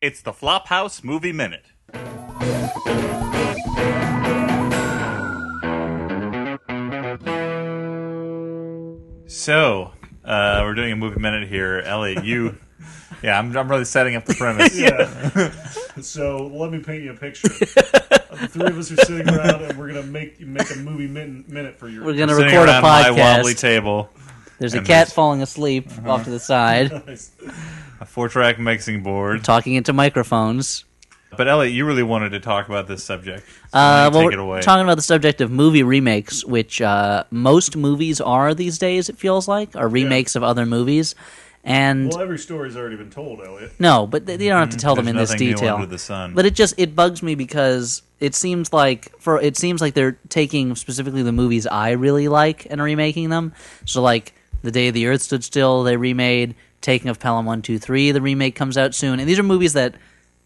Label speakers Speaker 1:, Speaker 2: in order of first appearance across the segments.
Speaker 1: It's the Flophouse Movie Minute. So, uh, we're doing a movie minute here. Elliot, you. Yeah, I'm, I'm really setting up the premise.
Speaker 2: So let me paint you a picture. the three of us are sitting around, and we're gonna make make a movie min- minute for your.
Speaker 3: We're going to
Speaker 1: Sitting
Speaker 3: record a
Speaker 1: around my wobbly Mm-hmm.
Speaker 3: podcast.
Speaker 1: table,
Speaker 3: There's a
Speaker 1: and
Speaker 3: cat
Speaker 1: there's-
Speaker 3: falling asleep off to the side,
Speaker 1: a four track mixing board.
Speaker 3: talking into microphones.
Speaker 1: But, Elliot, you really wanted to talk about this subject. So you
Speaker 3: Uh, well,
Speaker 1: take
Speaker 3: we're
Speaker 1: it away.
Speaker 3: talking about the subject of movie remakes, which uh, most movies are these days. It feels like are remakes of other movies, and
Speaker 2: well, every story's already been told, Elliot.
Speaker 3: no, but they, they don't have to tell them
Speaker 1: There's
Speaker 3: in this
Speaker 1: nothing new
Speaker 3: detail.
Speaker 1: under the sun.
Speaker 3: But it just it bugs me because it seems like for it seems like they're taking specifically the movies I really like and remaking them. So like The Day the Earth Stood Still, they remade Taking of Pelham One Two Three. The remake comes out soon, and these are movies that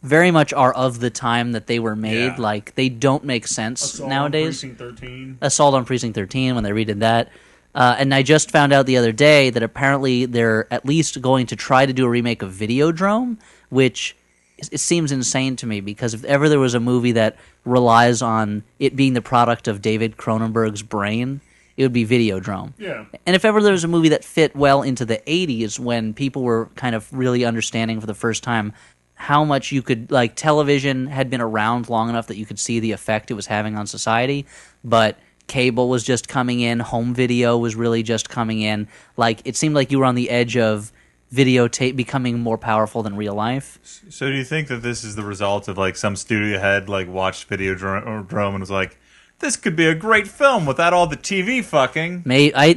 Speaker 3: very much are of the time that they were made.
Speaker 1: Yeah.
Speaker 3: Like they don't make sense
Speaker 2: Assault on
Speaker 3: nowadays.
Speaker 2: Precinct Thirteen.
Speaker 3: Assault on Precinct 13 when they redid that. Uh, and I just found out the other day that apparently they're at least going to try to do a remake of Videodrome, which is- it seems insane to me because if ever there was a movie that relies on it being the product of David Cronenberg's brain, it would be Videodrome.
Speaker 2: Yeah.
Speaker 3: And if ever there was a movie that fit well into the 80s when people were kind of really understanding for the first time how much you could, like, television had been around long enough that you could see the effect it was having on society, but cable was just coming in, home video was really just coming in. Like, it seemed like you were on the edge of videotape becoming more powerful than real life.
Speaker 1: So do you think that this is the result of like some studio head like watched Videodrome and was like, "This could be a great film without all the TV fucking.
Speaker 3: May I.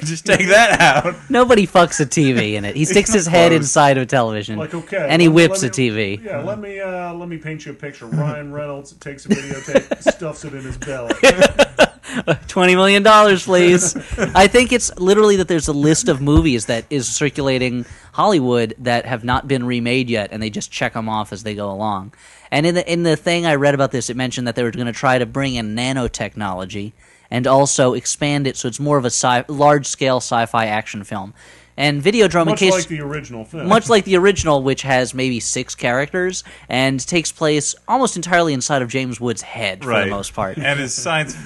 Speaker 1: Just take that out."
Speaker 3: Nobody fucks a TV in it. He sticks his head inside of a television.
Speaker 2: Like okay,
Speaker 3: And he
Speaker 2: let-
Speaker 3: whips
Speaker 2: let
Speaker 3: a
Speaker 2: me-
Speaker 3: TV.
Speaker 2: Yeah, let me uh, let me paint you a picture. Ryan Reynolds takes a videotape, stuffs it in his belly.
Speaker 3: twenty million dollars, please. I think it's literally that there's a list of movies that is circulating Hollywood that have not been remade yet, and they just check them off as they go along. And in the in the thing I read about this, it mentioned that they were going to try to bring in nanotechnology and also expand it so it's more of a sci- large scale sci-fi action film. And Videodrome, in
Speaker 2: Much
Speaker 3: case
Speaker 2: like the original film.
Speaker 3: much like the original, which has maybe six characters and takes place almost entirely inside of James Wood's head for the most part.
Speaker 1: and it's science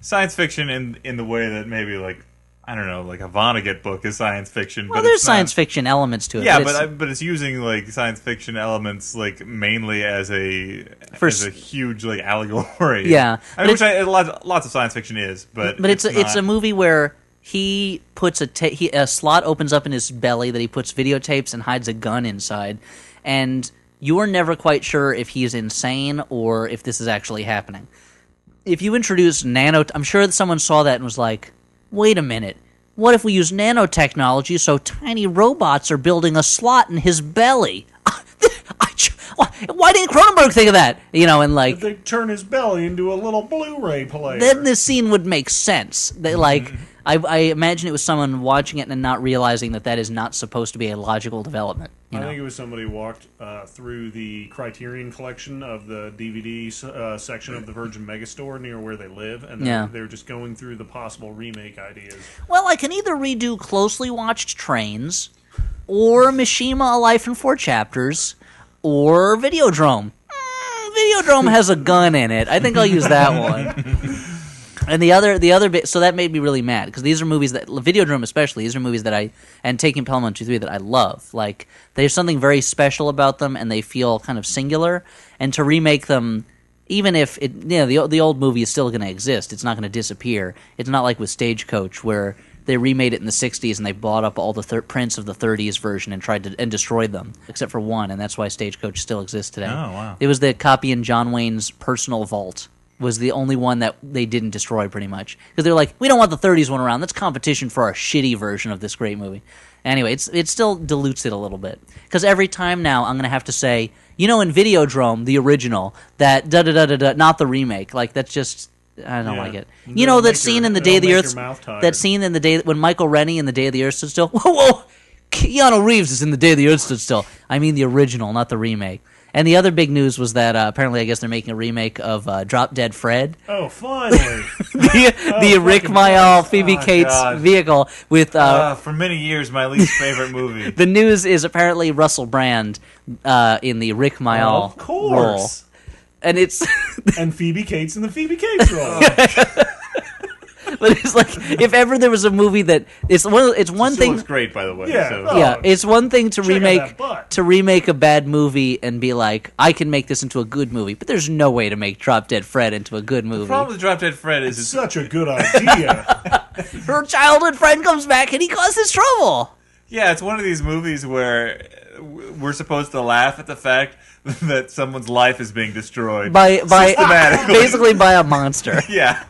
Speaker 1: science fiction in in the way that maybe like I don't know, like a Vonnegut book is science fiction.
Speaker 3: Well,
Speaker 1: but
Speaker 3: there's
Speaker 1: it's not-
Speaker 3: science fiction elements to it.
Speaker 1: Yeah,
Speaker 3: but,
Speaker 1: but
Speaker 3: it's-
Speaker 1: I, but it's using like science fiction elements like mainly as a
Speaker 3: For
Speaker 1: as a
Speaker 3: s-
Speaker 1: huge like allegory.
Speaker 3: Yeah,
Speaker 1: I
Speaker 3: but
Speaker 1: mean, which
Speaker 3: it's-
Speaker 1: I, lots, lots of science fiction is, but
Speaker 3: but it's it's,
Speaker 1: not-
Speaker 3: a movie where he puts a ta- he, a slot opens up in his belly that he puts videotapes and hides a gun inside, and you're never quite sure if he's insane or if this is actually happening. If you introduce nano, I'm sure that someone saw that and was like, "Wait a minute." What if we use nanotechnology so tiny robots are building a slot in his belly? I ju- why- Why didn't Cronenberg think of that? You know, and like
Speaker 2: they turn his belly into a little Blu-ray player.
Speaker 3: then this scene would make sense. They, like, I, I imagine it was someone watching it and not realizing that that is not supposed to be a logical development. You
Speaker 2: I
Speaker 3: know?
Speaker 2: think it was somebody walked uh, through the Criterion collection of the DVD s- uh, section of the Virgin Megastore near where they live, and they-
Speaker 3: Yeah.
Speaker 2: they were just going through the possible remake ideas.
Speaker 3: Well, I can either redo closely watched trains, or Mishima: A Life in Four Chapters, or Videodrome. Mm, Videodrome has a gun in it. I think I'll use that one. And the other, the other bit, so that made me really mad because these are movies that Videodrome, especially, these are movies that I and Taking Pelham One Two Three that I love. Like there's something very special about them, and they feel kind of singular. And to remake them, even if it, you know, the the old movie is still going to exist, it's not going to disappear. It's not like with Stagecoach where they remade it in the '60s and they bought up all the thir- prints of the '30s version and tried to and destroyed them, except for one, and that's why Stagecoach still exists today.
Speaker 1: Oh, wow.
Speaker 3: It was the copy in John Wayne's personal vault was the only one that they didn't destroy pretty much because they're like we don't want the 30s one around that's competition for our shitty version of this great movie anyway it's it still dilutes it a little bit because every time now i'm going to have to say you know in videodrome the original that da da da da da not the remake like that's just i don't
Speaker 2: Yeah.
Speaker 3: like it
Speaker 2: It'll
Speaker 3: you know that
Speaker 2: make
Speaker 3: scene
Speaker 2: your-
Speaker 3: in the
Speaker 2: it'll
Speaker 3: day of the
Speaker 2: make your
Speaker 3: earth
Speaker 2: mouth tired.
Speaker 3: that scene in the day when michael rennie in the day of the earth stood still whoa whoa Keanu Reeves is in The Day the Earth Stood Still. I mean the original, not the remake. And the other big news was that uh, apparently, I guess they're making a remake of uh, Drop Dead Fred,
Speaker 2: Oh, finally.
Speaker 3: the, the
Speaker 2: fucking
Speaker 3: Rick Mayall, Phoebe
Speaker 1: Oh,
Speaker 3: Cates
Speaker 1: God.
Speaker 3: vehicle with uh,
Speaker 1: Uh, for many years, my least favorite movie.
Speaker 3: The news is apparently Russell Brand uh, in the Rick Mayall
Speaker 2: of course.
Speaker 3: role, and it's
Speaker 2: and Phoebe Cates in the Phoebe Cates role.
Speaker 3: but it's like if ever there was a movie that it's one it's one
Speaker 1: Still
Speaker 3: thing
Speaker 1: looks great, by the way.
Speaker 2: Yeah.
Speaker 1: so-
Speaker 2: Oh,
Speaker 3: yeah it's one thing to
Speaker 2: out
Speaker 3: remake
Speaker 2: that butt.
Speaker 3: to remake a bad movie and be like I can make this into a good movie, but there's no way to make Drop Dead Fred into a good
Speaker 1: The
Speaker 3: movie.
Speaker 1: problem with Drop Dead Fred is it's,
Speaker 2: Such a good idea.
Speaker 3: Her childhood friend comes back and he causes trouble.
Speaker 1: yeah, it's one of these movies where uh, we're supposed to laugh at the fact that someone's life is being destroyed
Speaker 3: By, by
Speaker 1: Systematically.
Speaker 3: basically by a monster.
Speaker 1: yeah,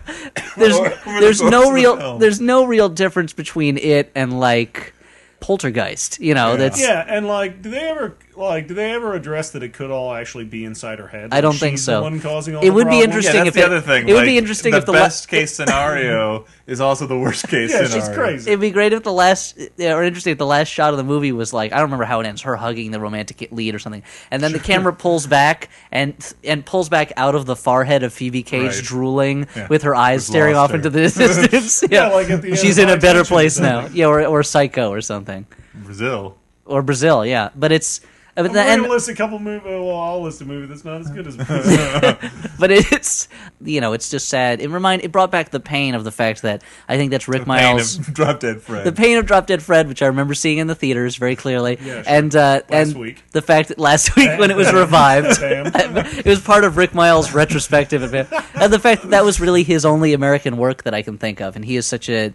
Speaker 3: there's
Speaker 1: Over the course
Speaker 3: there's
Speaker 1: of
Speaker 3: no
Speaker 1: the
Speaker 3: real
Speaker 1: film.
Speaker 3: there's no real difference between it and like poltergeist you know that's
Speaker 2: yeah, and like, do they ever like do they ever address that it could all actually be inside her head?
Speaker 3: I don't
Speaker 2: Like,
Speaker 3: think
Speaker 2: she's
Speaker 3: so.
Speaker 2: The one causing all
Speaker 3: It
Speaker 2: the
Speaker 3: would
Speaker 2: problems?
Speaker 3: be
Speaker 1: yeah.
Speaker 3: interesting
Speaker 1: That's
Speaker 3: if
Speaker 1: the
Speaker 3: it-
Speaker 1: other thing.
Speaker 3: it would
Speaker 1: like,
Speaker 3: be interesting
Speaker 1: the
Speaker 3: if the la-
Speaker 1: best case scenario is also the worst case.
Speaker 2: Yeah,
Speaker 1: scenario.
Speaker 2: she's crazy.
Speaker 3: it'd be great if the last or interesting if the last shot of the movie was like i don't remember how it ends her hugging the romantic lead or something and then the camera pulls back and and pulls back out of the forehead of phoebe cage
Speaker 1: Right.
Speaker 3: drooling
Speaker 1: Yeah.
Speaker 3: with her eyes
Speaker 1: With
Speaker 3: staring off
Speaker 1: lost
Speaker 3: into the distance yeah,
Speaker 2: Yeah, like at the end
Speaker 3: she's
Speaker 2: of
Speaker 3: in a
Speaker 2: High
Speaker 3: better
Speaker 2: Tension or
Speaker 3: place now
Speaker 2: something.
Speaker 3: yeah or, or psycho or something
Speaker 1: Brazil.
Speaker 3: or brazil yeah but it's but,
Speaker 2: I'm
Speaker 3: the, and,
Speaker 2: gonna list a couple movies. Well, I'll list a movie that's not as good as. Bruce.
Speaker 3: but it's you know it's just sad it remind it brought back the pain of the fact that i think that's rick
Speaker 1: Pain
Speaker 3: miles
Speaker 1: of Drop Dead Fred.
Speaker 3: the pain of Drop Dead Fred, which I remember seeing in the theaters very clearly,
Speaker 2: Yeah, sure.
Speaker 3: and uh, and
Speaker 2: week.
Speaker 3: the fact that last week when it was revived,
Speaker 2: Damn.
Speaker 3: it was part of Rick Miles' retrospective, event. and the fact that that was really his only American work that I can think of, and he is such a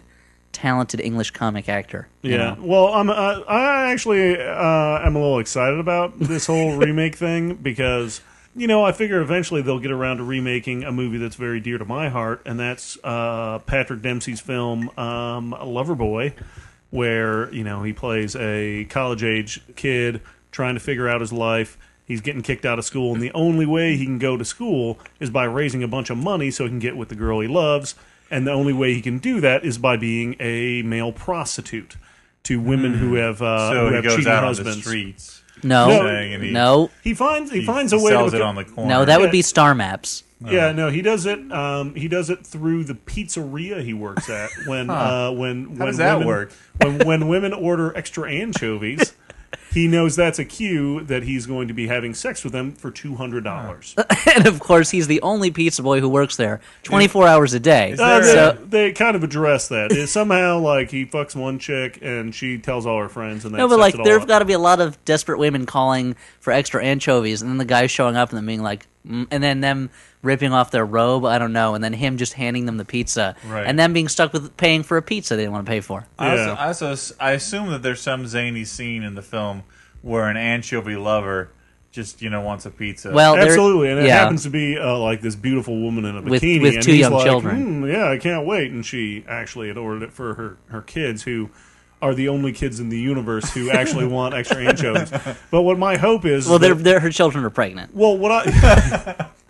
Speaker 3: talented English comic actor. you
Speaker 2: Yeah.
Speaker 3: know?
Speaker 2: Well, I'm uh, I actually uh, am a little excited about this whole remake thing because you know I figure eventually they'll get around to remaking a movie that's very dear to my heart, and that's uh, Patrick Dempsey's film um, Loverboy, where you know he plays a college age kid trying to figure out his life. He's getting kicked out of school, and the only way he can go to school is by raising a bunch of money so he can get with the girl he loves. And the only way he can do that is by being a male prostitute to women who have uh,
Speaker 1: Mm. so
Speaker 2: who
Speaker 1: he
Speaker 2: have
Speaker 1: goes
Speaker 2: cheating
Speaker 1: out
Speaker 2: husbands.
Speaker 1: on the streets.
Speaker 3: No,
Speaker 1: saying, and he,
Speaker 3: no,
Speaker 2: He finds he,
Speaker 1: he
Speaker 2: finds a way
Speaker 1: sells
Speaker 2: to
Speaker 1: it on the corner.
Speaker 3: no, that would
Speaker 2: Yeah.
Speaker 3: be Star Maps.
Speaker 2: yeah, no, he does it. Um, he does it through the pizzeria he works at. When uh, when
Speaker 1: How
Speaker 2: when
Speaker 1: does that
Speaker 2: women,
Speaker 1: work?
Speaker 2: when when women order extra anchovies, he knows that's a cue that he's going to be having sex with them for two hundred dollars.
Speaker 3: Uh, and of course, he's the only pizza boy who works there 24 hours a day.
Speaker 2: Uh, they,
Speaker 3: So,
Speaker 2: they kind of address that. Is somehow like he fucks one chick and she tells all her friends and that
Speaker 3: No, but
Speaker 2: sets
Speaker 3: like
Speaker 2: it all
Speaker 3: there've
Speaker 2: up.
Speaker 3: got to be a lot of desperate women calling for extra anchovies, and then the guy showing up and them being like, mm, and then them ripping off their robe, I don't know, and then him just handing them the pizza,
Speaker 1: Right.
Speaker 3: and them being stuck with paying for a pizza they didn't want to pay for.
Speaker 1: I also,
Speaker 2: Yeah.
Speaker 1: I also s- I assume that there's some zany scene in the film where an anchovy lover just you know wants a pizza.
Speaker 3: Well, there-
Speaker 2: Absolutely, and it
Speaker 3: yeah.
Speaker 2: happens to be uh, like this beautiful woman in a
Speaker 3: With-
Speaker 2: bikini
Speaker 3: with
Speaker 2: and
Speaker 3: two
Speaker 2: he's
Speaker 3: young
Speaker 2: like,
Speaker 3: children.
Speaker 2: "Hmm, yeah, I can't wait. And she actually had ordered it for her her kids, who are the only kids in the universe who actually want extra anchovies. But what my hope is,
Speaker 3: Well,
Speaker 2: that-
Speaker 3: they're, they're, her children are pregnant.
Speaker 2: well, what I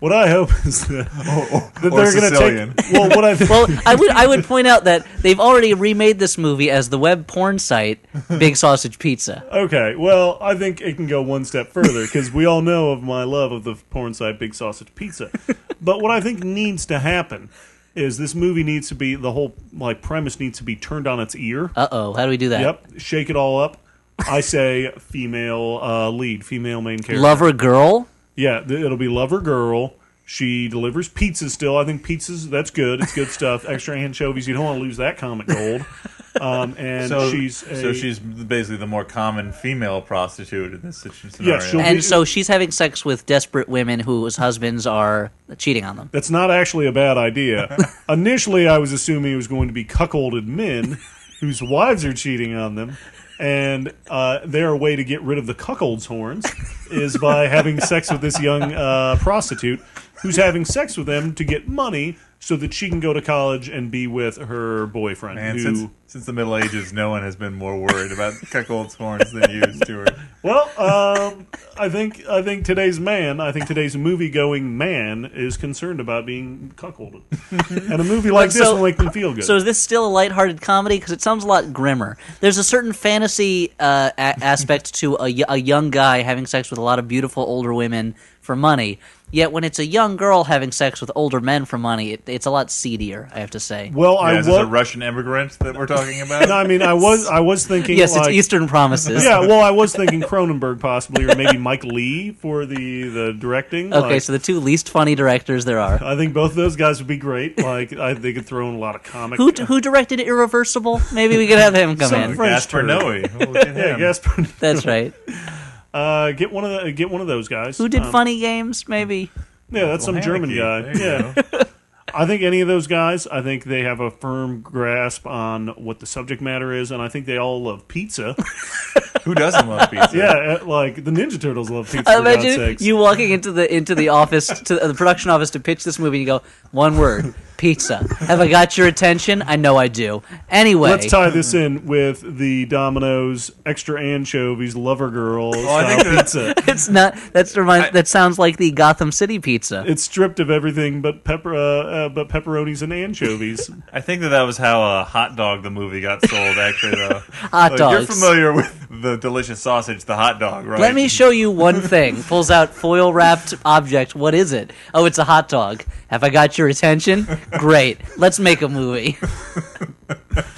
Speaker 2: what I hope is that, that
Speaker 1: Oh, or
Speaker 2: they're going
Speaker 1: Sicilian.
Speaker 2: to take. Well, what I
Speaker 3: Well, I would I would point out that they've already remade this movie as the web porn site Big Sausage Pizza.
Speaker 2: Okay, well, I think it can go one step further because we all know of my love of the porn site Big Sausage Pizza. but what I think needs to happen is this movie needs to be the whole like premise needs to be turned on its ear.
Speaker 3: Uh oh, how do we do that?
Speaker 2: Yep, shake it all up. I say female uh, lead, female main character.
Speaker 3: Lover girl.
Speaker 2: Yeah, th- it'll be lover girl. She delivers pizzas still. I think pizzas that's good. It's good stuff. Extra anchovies. You don't want to lose that comic gold. Um, and
Speaker 1: so
Speaker 2: she's a,
Speaker 1: so she's basically the more common female prostitute in this situ- scenario.
Speaker 2: Yeah, she'll be-
Speaker 3: And so she's having sex with desperate women whose husbands are cheating on them.
Speaker 2: That's not actually a bad idea. Initially, I was assuming it was going to be cuckolded men whose wives are cheating on them, and uh, their way to get rid of the cuckold's horns is by having sex with this young uh, prostitute who's having sex with them to get money so that she can go to college and be with her boyfriend.
Speaker 1: And
Speaker 2: who,
Speaker 1: since since the Middle Ages, no one has been more worried about cuckold's horns than you, Stuart.
Speaker 2: well, um, I I think I think today's man, I think today's movie going man is concerned about being cuckolded, and a movie like
Speaker 3: But
Speaker 2: this
Speaker 3: so-
Speaker 2: will make them feel good.
Speaker 3: So is this still a lighthearted comedy? Because it sounds a lot grimmer. There's a certain fantasy uh, a- aspect to a, y- a young guy having sex with a lot of beautiful older women for money. Yet when it's a young girl having sex with older men for money, it, it's a lot seedier. I have to say.
Speaker 2: well,
Speaker 1: Yeah,
Speaker 2: I
Speaker 1: is this a
Speaker 2: was.
Speaker 1: Russian immigrant that we're talking about?
Speaker 2: No, I mean, I was I was thinking.
Speaker 3: yes,
Speaker 2: like,
Speaker 3: it's Eastern Promises.
Speaker 2: Yeah, well, I was thinking Cronenberg possibly, or maybe Mike Lee for the the directing.
Speaker 3: Okay,
Speaker 2: like,
Speaker 3: so the two least funny directors there are.
Speaker 2: I think both of those guys would be great. Like, I they could throw in a lot of comic.
Speaker 3: Who, who directed Irreversible? Maybe we could have him come
Speaker 2: Some
Speaker 3: in.
Speaker 2: French
Speaker 1: Gaspar
Speaker 2: turd.
Speaker 1: Noe. Oh, look at
Speaker 2: yeah,
Speaker 1: him.
Speaker 2: Gaspar.
Speaker 3: That's right.
Speaker 2: Uh, get one of the, get one of those guys.
Speaker 3: Who did
Speaker 2: Um,
Speaker 3: Funny Games? Maybe.
Speaker 2: Yeah, that's some
Speaker 1: Haneke.
Speaker 2: German guy.
Speaker 1: Oh, There you
Speaker 2: Yeah.
Speaker 1: go.
Speaker 2: I think any of those guys, I think they have a firm grasp on what the subject matter is, and I think they all love pizza.
Speaker 1: Who doesn't love pizza?
Speaker 2: yeah, uh, like the Ninja Turtles love pizza.
Speaker 3: I
Speaker 2: for God's
Speaker 3: imagine
Speaker 2: sakes.
Speaker 3: you walking into the into the office to the production office to pitch this movie. and You go one word, pizza. Have I got your attention? I know I do. Anyway,
Speaker 2: Let's tie this in with the Domino's extra anchovies lover girl
Speaker 1: Oh, I
Speaker 2: style
Speaker 1: think that-
Speaker 2: pizza.
Speaker 3: it's not. That's reminds.
Speaker 1: I-
Speaker 3: that sounds like the Gotham City pizza.
Speaker 2: It's stripped of everything but pepper, uh, uh, but pepperonis and anchovies.
Speaker 1: I think that that was how uh, hot dog the movie got sold. Actually, though,
Speaker 3: Hot
Speaker 1: Like,
Speaker 3: dogs.
Speaker 1: You're familiar with the delicious sausage, the hot dog, right?
Speaker 3: Let me show you one thing. Pulls out foil wrapped object. What is it? Oh, it's a hot dog. Have I got your attention? Great. Let's make a movie.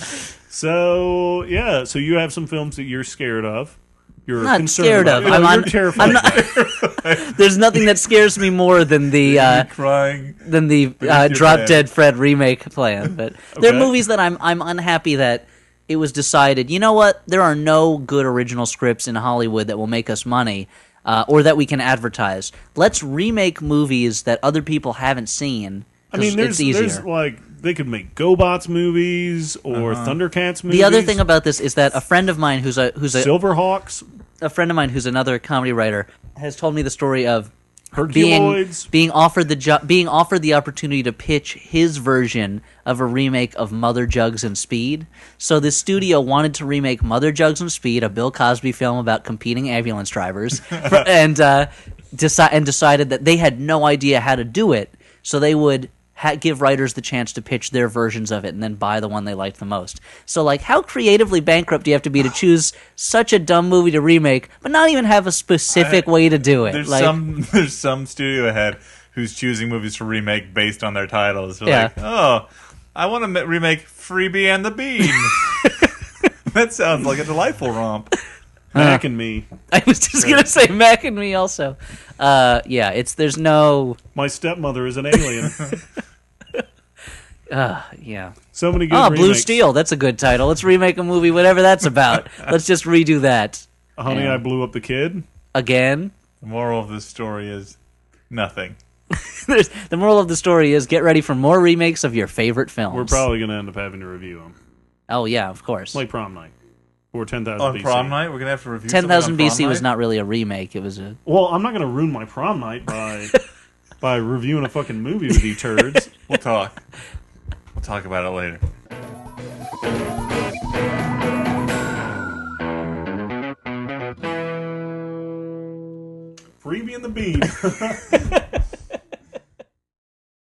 Speaker 2: so yeah, so you have some films that you're scared of. You're
Speaker 3: not
Speaker 2: concerned
Speaker 3: scared
Speaker 2: about.
Speaker 3: of.
Speaker 2: You're,
Speaker 3: I'm
Speaker 2: you're
Speaker 3: on-
Speaker 2: terrified.
Speaker 3: There's nothing that scares me more than the uh,
Speaker 1: crying.
Speaker 3: than the uh,
Speaker 1: your
Speaker 3: Drop
Speaker 1: plan.
Speaker 3: Dead Fred remake plan. But there
Speaker 2: Okay.
Speaker 3: are movies that I'm I'm unhappy that it was decided. You know what? There are no good original scripts in Hollywood that will make us money. Uh, or that we can advertise. Let's remake movies that other people haven't seen.
Speaker 2: I mean,
Speaker 3: 'cause
Speaker 2: there's,
Speaker 3: it's easier.
Speaker 2: there's like they could make GoBots movies or
Speaker 1: Uh-huh.
Speaker 2: Thundercats movies.
Speaker 3: the other thing about this is that a friend of mine who's a who's a,
Speaker 2: Silverhawks,
Speaker 3: a friend of mine who's another comedy writer has told me the story of being
Speaker 2: Herculoids.
Speaker 3: being offered the jo- being offered the opportunity to pitch his version of a remake of Mother Jugs and Speed. So the studio wanted to remake Mother Jugs and Speed, a Bill Cosby film about competing ambulance drivers, and uh, deci- and decided that they had no idea how to do it, so they would. Ha- give writers the chance to pitch their versions of it and then buy the one they liked the most. So, like, how creatively bankrupt do you have to be to choose such a dumb movie to remake, but not even have a specific way to do it?
Speaker 1: There's
Speaker 3: like,
Speaker 1: some there's some studio head who's choosing movies to remake based on their titles. They're
Speaker 3: Yeah.
Speaker 1: Like, oh, I want to ma- remake Freebie and the Bean. that sounds like a delightful romp.
Speaker 2: Mac and Me.
Speaker 3: I was just gonna say Mac and me also. Uh, yeah, it's there's no
Speaker 2: My stepmother is an alien.
Speaker 3: yeah.
Speaker 2: so many good.
Speaker 3: Ah, Blue
Speaker 2: remakes.
Speaker 3: Steel. That's a good title. Let's remake a movie, whatever that's about. Let's just redo that
Speaker 2: Honey,
Speaker 3: Yeah.
Speaker 2: I blew up the kid.
Speaker 3: again.
Speaker 1: The moral of this story is nothing.
Speaker 3: There's, the moral of the story is get ready for more remakes of your favorite films.
Speaker 2: We're probably going to end up having to review them,
Speaker 3: oh yeah, of course.
Speaker 2: like prom night or ten thousand
Speaker 1: On
Speaker 2: BC.
Speaker 1: prom night, we're gonna have to review.
Speaker 3: Ten thousand
Speaker 1: something on
Speaker 3: BC
Speaker 1: prom
Speaker 3: was
Speaker 1: night?
Speaker 3: not really a remake. It was a
Speaker 2: Well, I'm not going to ruin my prom night by by reviewing a fucking movie with you turds.
Speaker 1: We'll talk. We'll talk about it later.
Speaker 2: Freebie and the Bean.